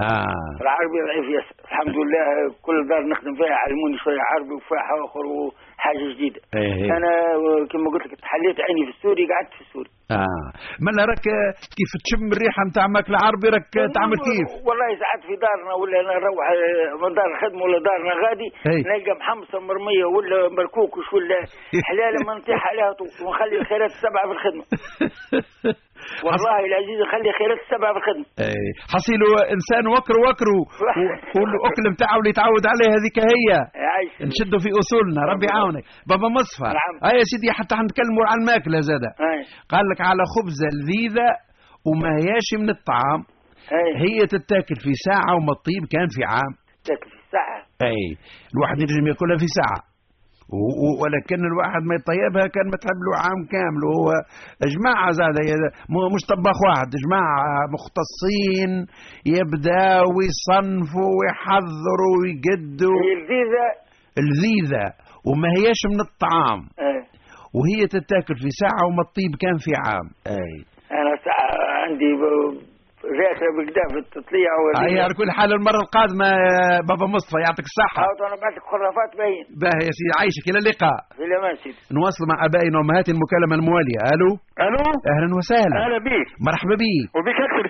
اه
العربي ضعيف ياسر الحمد لله كل دار نخدم فيها علموني شويه عربي وفاحه اخر وحاجه جديده
إيه إيه.
انا كما قلت لك تحليت عيني في السوري قعدت في السوري
اه ملا راك آه، كيف تشم الريحه نتاع ماكل عربي راك تعمل كيف
والله ساعات في دارنا ولا نروح آه، من دار الخدمه ولا دارنا غادي
إيه.
نلقى محمصه مرميه ولا مركوكش ولا حلاله ما نطيح عليها طول ونخلي الخيرات السبعه في الخدمه والله العزيز نخلي الخيرات السبعه في الخدمه
إيه. حصيله انسان وكر وكر و- والاكل نتاعو اللي يتعود عليه هذيك هي
عايش
نشدوا في اصولنا ربي يعاونك بابا مصفى
نعم.
آه يا سيدي حتى حنتكلموا على الماكله زاد
أي.
قال لك على خبزه لذيذه وما هياش من الطعام
اي
هي تتاكل في ساعه وما الطيب كان في عام
تاكل في الساعه
اي الواحد ينجم ياكلها في ساعه و- و- ولكن الواحد ما يطيبها كان ما تحب له عام كامل وهو جماعة زاد يا- مو- مش طباخ واحد جماعة مختصين يبداو ويصنفوا ويحضروا ويقدوا
هي لذيذه
لذيذة وما هياش من الطعام
أي.
وهي تتاكل في ساعة وما الطيب كان في عام اي
انا ساعه عندي ب- ذاكره بكدا في التطليع
هي
ولا
على كل حال المرة القادمة يا بابا مصطفى يعطيك الصحة
حاولت انا بعت لك خرافات باين
باهي يا سيدي عايشك إلى اللقاء
في الامان سيدي
نواصل مع ابائنا وامهاتنا المكالمة الموالية الو
الو
اهلا وسهلا
اهلا بيك
مرحبا بيك أه،
وبيك اكثر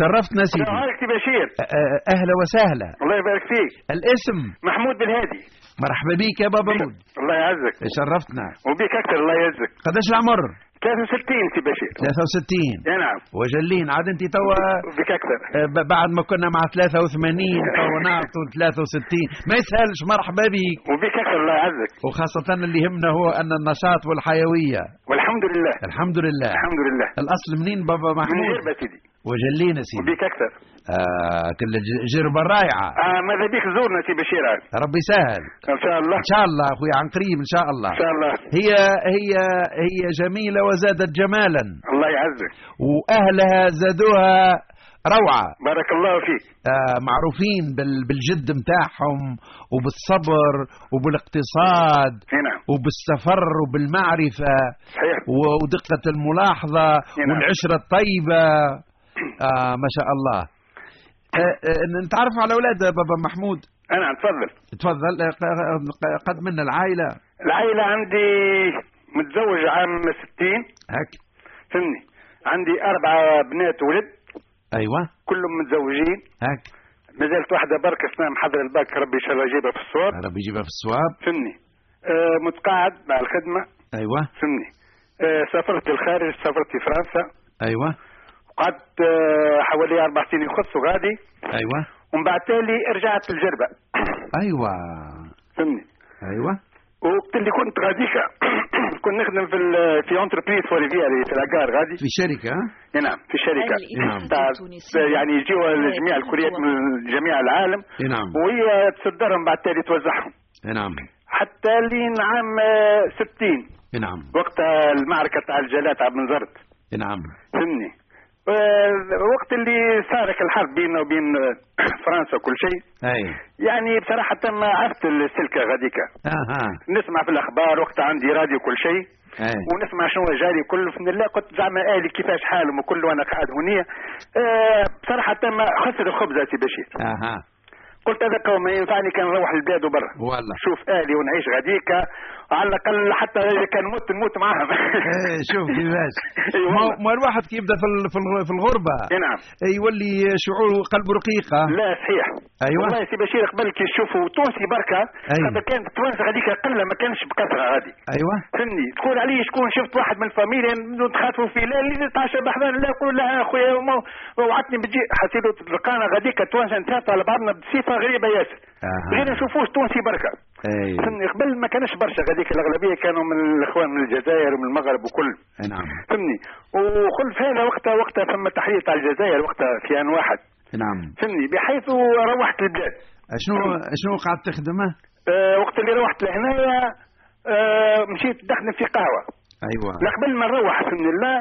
شرفتنا سيدي
معك بشير
أ- أ- اهلا وسهلا
الله يبارك فيك
الاسم
محمود بن هادي
مرحبا بيك يا بابا مود
الله يعزك
شرفتنا
وبيك اكثر الله يعزك
قداش العمر
63 سي بشير
63
يا نعم
وجلين عاد انت توا أه،
وبيك اكثر
ب- بعد ما كنا مع 83 تو نعطوا 63 ما يسهلش مرحبا بك
وبيك اكثر الله يعزك
وخاصة اللي يهمنا هو أن النشاط والحيوية
والحمد لله
الحمد لله
الحمد لله
الأصل منين بابا
من
محمود
جربة سيدي
وجلينا سيدي
وبيك اكثر
آه كل ج- جربة رائعة
آه ماذا بيك زورنا سي بشير عاد.
ربي يسهل
ان شاء الله
إن شاء الله أخوي عن قريب إن شاء الله
ان شاء الله
هي هي هي جميلة وزادت جمالا
الله يعزك
وأهلها زادوها روعة
بارك الله فيك
آه، معروفين بال- بالجد متاعهم وبالصبر وبالاقتصاد
اي نعم
وبالسفر وبالمعرفة
صحيح
و- ودقة الملاحظة
نعم.
والعشرة الطيبة آه ما شاء الله آه، آه، نتعرف على أولاد بابا محمود
انا تفضل
تفضل آه، ق- ق- قد منا العائلة
العائلة عندي متزوج عام 60
هك
فهمني عندي أربعة بنات ولد
أيوة
كلهم متزوجين
هك
مازالت واحدة برك اسمها محضر البرك ربي إن شاء الله يجيبها في الصور
ربي يجيبها في الصواب
فهمني آه متقاعد مع الخدمة
أيوة
فهمني آه سافرت للخارج سافرت في فرنسا
ايوه
وقعدت آه، حوالي اربع سنين خص غادي
ايوه
ومن بعد تالي رجعت الجربه
ايوه
فهمني
ايوه
وقت اللي كنت غاديك كنت نخدم في ال- في اونتربريز فوليفياري في الاكار غادي
في شركه ها؟
إيه نعم في الشركه
الإذاعة
تاع-
التونسية.
يعني يجيوها جميع الكليات من جميع العالم
إيه نعم
وهي تصدرهم بعد تالي توزعهم
إيه نعم
حتى لين عام آه، 60
إيه نعم
وقتها المعركه تاع الجلات عبد المنزرت
إيه نعم
فهمني آه، وقت اللي صارت الحرب بيننا وبين آه، فرنسا وكل شيء
اي
يعني بصراحه ما عرفت السلكه غاديك
اها
نسمع في الاخبار وقت عندي راديو كل شيء
اي
ونسمع شنو جاري كله في الله قلت زعما اهلي كيفاش حالهم وكل وانا قاعد هنية آه بصراحه تم خسر الخبزه سي بشير
اها
قلت هذاك ما ينفعني كان نروح البلاد وبرا
والله.
شوف اهلي ونعيش غاديك على الاقل حتى إذا كان نموت نموت معاهم
إيه، شوف كيفاش
إي والله.
ما- ما الواحد كي يبدا في ال- في ال- في الغربه
إي نعم
يولي شعوره قلبه رقيقه
لا صحيح
آه. أيوة.
والله سي بشير قبل كي تشوفوا تونسي بركه
أيوة.
خاطر كانت التوانسه غاديك قله ما كانش بكثره غادي
ايوه
فهمني تقول علي شكون شفت واحد من الفاميليا نبدو نتخاطبوا فيه لا اللي نتعشى بحذر لا يقول لا اخويا وما- وعدتني بتجي حسيت تلقانا غاديك التوانسه نتفاقوا على بعضنا بصفه غريبه ياسر
أها. إيه،
غير نشوفوش تونسي بركه
اي
فهمني قبل ما كانش برشا غاديك الاغلبيه كانوا من الاخوان من الجزائر ومن المغرب وكل
إي نعم
فهمني وخلف هذا وقتها وقتها ثم تحريض على الجزائر وقتها في ان واحد
إي نعم
فهمني بحيث روحت البلاد
شنو شنو قاعد تخدمه
أه وقت اللي روحت لهنايا أه مشيت دخلنا في قهوه
ايوه
لا قبل ما نروح بسم الله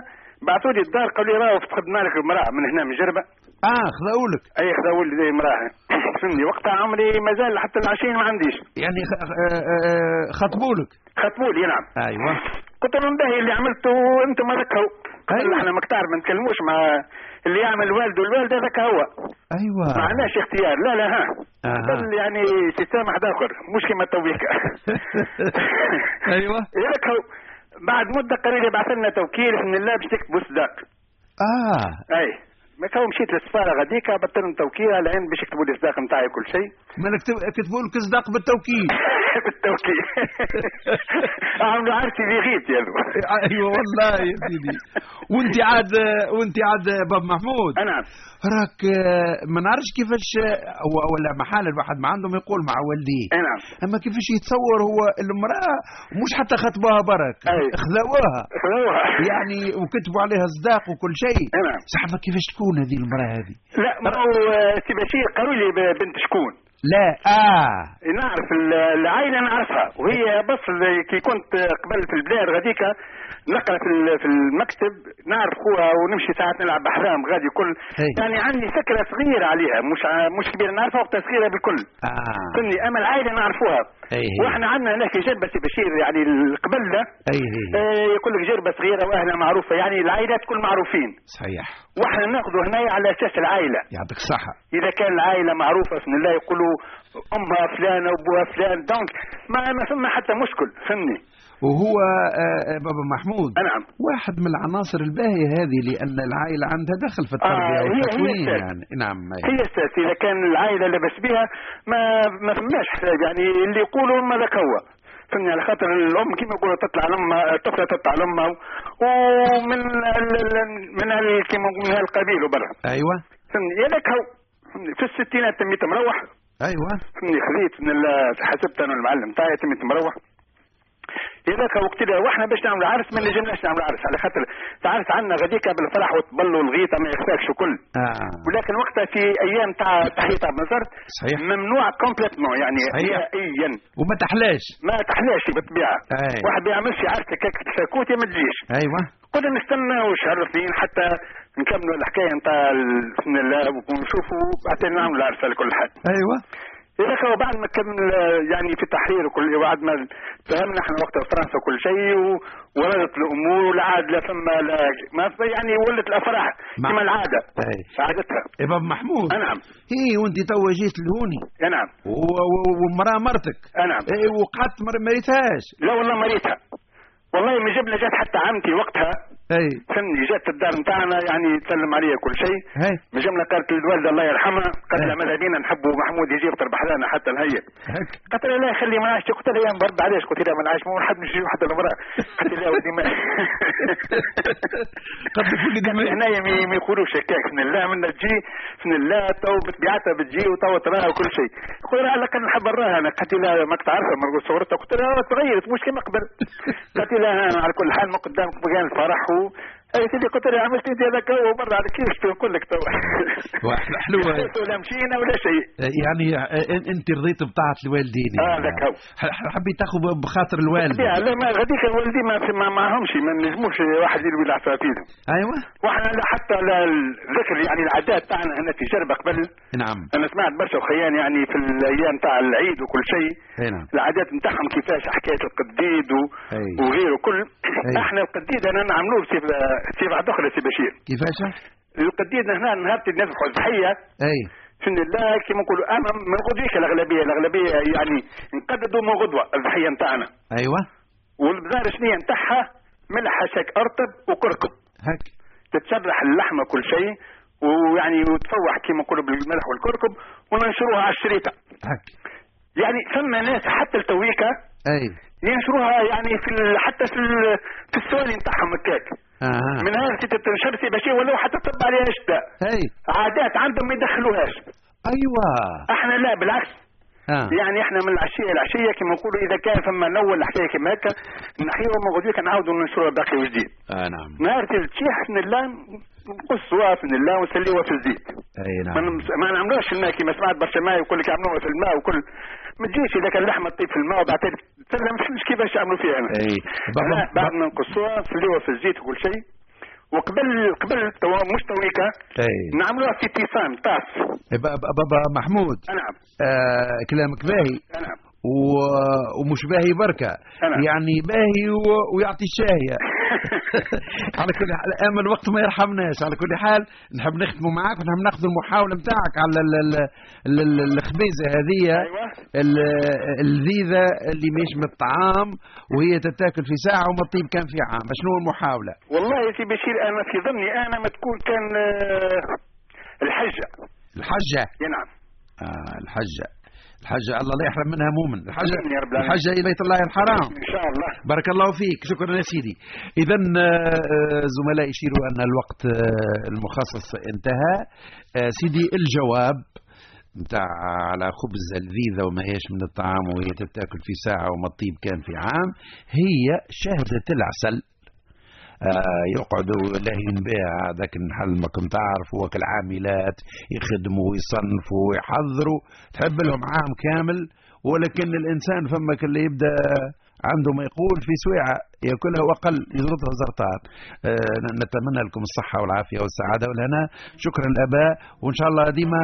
بعثوا لي الدار قالوا لي راه فقدنا لك امراه من هنا من جربه
اه خذوا لك
اي خذوا لي امراه فهمني وقتها عمري مازال حتى العشرين ما عنديش
يعني خ- آه، آه، آه، خطبوا لك
خطبوا لي نعم
ايوه
قلت لهم باهي اللي عملته انتم هذاك
أيوة.
هو احنا مكتار ما نتكلموش مع اللي يعمل والده والوالده هذاك هو
ايوه
ما عندناش اختيار لا لا ها
أها.
بل يعني سيستم حد اخر مش كما تويك
أيوة.
هذاك هو بعد مده قليله بعث لنا توكيل بسم الله باش تكتبوا صداق
اه
اي ما كان مشيت للسفاره غاديك بطلنا توكيل على العين باش يكتبوا لي الصداق نتاعي كل شيء
ما أنا كتب- كتبوا لك صداق بالتوكيد
بالتوكيل عملوا عارتي في غيط يا ذو.
ايوه والله يا سيدي وانت عاد وانت عاد باب محمود
انا
راك آه، ما نعرفش كيفاش آه، و- ولا محال الواحد ما عندهم يقول مع والديه
اي نعم.
اما كيفاش يتصور هو المراه مش حتى خطبها برك
أي.
خذوها
خذوها.
يعني وكتبوا عليها صداق وكل شيء
أي نعم.
صحفة كيفاش تكون هذه المراه هذه
لا ما هو آه، سي بشير قالوا لي ب- بنت شكون
لا اه
نعرف ال- العائله نعرفها وهي بس زي كي كنت قبل في البلاد غاديك نقرا في ال- في المكتب نعرف خوها ونمشي ساعات نلعب بحرام غادي كل
هي.
يعني عندي فكره صغيره عليها مش ع- مش كبيره نعرفها وقتها صغيره بالكل
اه
فهمني اما العائله نعرفوها
هي هي.
واحنا عندنا هناك جربه سي بشير يعني القبل ده
اي هي
آه، يقول لك جربه صغيره واهلها معروفه يعني العائلات كل معروفين
صحيح
واحنا ناخذوا هنا على اساس العائله
يعطيك الصحة
اذا كان العائله معروفه بسم الله يقولوا امها فلان وابوها فلان دونك ما ما ثم حتى مشكل فهمني
وهو آه، آه، بابا محمود
نعم.
واحد من العناصر الباهية هذه لأن العائلة عندها دخل في
آه،
التربية
هي- هي
والتكوين
السر.
يعني نعم أي.
هي اساس اذا كان العائله لبس بها ما ما فماش حساب يعني اللي يقولوا ما ذاك هو فهمني على خاطر الام كما يقولوا تطلع لامها الطفله تطلع لامها ومن ال- ال- من ال- كما نقولوا من هالقبيل وبرا
أيوة
فهمني هذاك هو فهمني في الستينات تميت مروح
أيوة
فهمني خذيت من ال- حسبت انا المعلم طيب تاعي تمت مروح هذاك وقت اللي واحنا باش نعملوا عرس ما نجمناش نعملوا عرس على خاطر العرس عندنا غاديك بالفرح والطبل والغيطه ما يخفاكش وكل
آه.
ولكن وقتها في ايام تاع تحيه عبد النصر
صحيح.
ممنوع كومبليتمون يعني
صحيح.
نهائيا
وما تحلاش
ما تحلاش بالطبيعه
أي.
واحد ما يعملش عرس هكاك سكوتي ما تجيش
أيوة
قلنا نستناو شهر اثنين حتى نكملوا الحكايه نتاع ال- بسم الله ونشوفوا حتى نعملوا العرس على كل حال
أيوة
يا اخي وبعد ما كمل آه، يعني في تحرير وكل بعد ما فهمنا احنا وقت فرنسا وكل شيء و- وردت الامور ولا عاد لا فما لا ما في- يعني ولت الافراح
مع-
كما العاده
أي.
عادتها
إيه بابا محمود
أي نعم.
هي وأنت توا جيت لهوني
يا نعم
و- و- ومرأة مرتك
أي نعم.
إيه وقعدت مر- مريتهاش
لا والله مريتها والله من جبله جات حتى عمتي وقتها
اي
فهمني جات الدار نتاعنا يعني تسلم عليا كل شيء
هاي
من جمله قالت للوالده الله يرحمها قالت لها
إيه.
ماذا بينا نحبوا محمود يجي يفطر بحذانا حتى لهيا
هك
قالت لها لا خلي ما عاشت قلت لها يا مبرد علاش قلت لها ما نعاش ما نحب نجي حتى المراه قالت لها يا ودي ما
قد كل دي ما-
هنايا ما- ما يقولوش هكاك من الله من تجي من الله تو بطبيعتها بتجي وتو تراها وكل شيء قلت لها على الاقل نحب نراها انا قالت لها ما تعرفها ما نقول صورتها قلت لها تغيرت مش كما قبل قالت لها أنا على كل حال ما قدامك مكان الفرح و قالت لي قلت لها عملت انت هذاك هو برا على كيف نقول لك تو
واحلى حلوة.
ولا مشينا ولا شيء
يعني أن- انت رضيت بطاعه الوالدين
آه،
يعني.
هذاك هو.
ح- حبيت تاخذ بخاطر الوالد
لا لا ما غاديك الوالدين ما ما معهمش ما نجموش واحد يلوي العصافير
ايوه
واحنا لا حتى لا الذكر يعني العادات تاعنا هنا في جربه قبل
نعم
انا سمعت برشا وخيان يعني في الايام تاع العيد وكل شيء
اي نعم
العادات نتاعهم كيفاش حكايه القديد و...
اي
وغيره كل
أي.
احنا القديد انا نعملوه بسيف سيف عبد اخرى سي بشير
كيفاش
القديد هنا نهار اللي نذبحوا الضحيه
اي
فين الله كيما نقولوا انا من غدوك الاغلبيه الاغلبيه يعني نقددوا من غدوه الضحيه نتاعنا
ايوه
والبزار شنية نتاعها ملح شك ارطب وكركم
هك
تتشرح اللحمه كل شيء ويعني وتفوح كيما نقولوا بالملح والكركم وننشروها على الشريطه
هك
يعني ثم ناس حتى التويكه
اي
ينشروها يعني في ال- حتى في ال- في السواني نتاعهم هكاك
اها
من هذا تنشر سي بشير ولو حتى طب عليها شتاء
اي
عادات عندهم ما يدخلوهاش
ايوه
احنا لا بالعكس
ها
يعني احنا من العشيه العشيه كما نقولوا اذا كان فما نول الحكايه كما هكا نحيوها من غدوه نعاودوا ننشروها باقي وجديد
آه نعم
نهار تشيح من الله نقصوها في الله ونسليوها في الزيت
اي
ما
نعم
نمس- ما نعملوش الماء كيما سمعت برشا ماء يقول لك عملوها في الماء وكل ما تجيش اذا كان اللحمه تطيب في الماء وبعدين تلا ما فهمتش كيفاش يعملوا فيها انا
اي
لا،
بابا
بعد ما نقصوها نسليوها في الزيت وكل شيء وقبل قبل توا مش تويكا
اي
نعملوها في تيسان طاس
ب- إيه، ب- بابا محمود
نعم
آه كلامك باهي
نعم
و- ومش باهي بركة
نعم.
يعني باهي و- ويعطي الشاهية على كل حال أما الوقت ما يرحمناش على كل حال نحب نختموا معاك ونحب ناخذ المحاولة متاعك على ال- ال- ال- ال- الخبيزة هذه
ايوه
ال- اللذيذة اللي مش من الطعام وهي تتاكل في ساعة وما تطيب كان في عام شنو هو المحاولة
والله يا سي بشير انا في ظني انا ما تكون كان آه، الحجه
الحجة
يا نعم
آه الحجة الحجة الله لا يحرم منها مؤمن الحجة
آمين يا رب العالمين.
الحجة إلية الله الحرام
ان شاء الله
بارك الله فيك شكرا يا سيدي آه، اذا زملاء يشيروا ان الوقت آه، المخصص انتهى آه، سيدي الجواب نتاع على خبز لذيذه وما هيش من الطعام وهي تتاكل في ساعه وما الطيب كان في عام هي شهده العسل آه، يقعدوا لاهين بها ذاك الحل ما كنت تعرفوا وك العاملات يخدموا ويصنفوا ويحضروا تحب لهم عام كامل ولكن الانسان فمك اللي يبدا عنده ما يقول في سويعه ياكلها واقل يضربها سرطان. آه، ن- نتمنى لكم الصحه والعافيه والسعاده والهناء، شكرا الاباء وان شاء الله ديما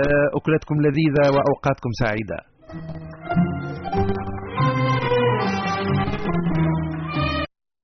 آه، اكلتكم لذيذه واوقاتكم سعيده.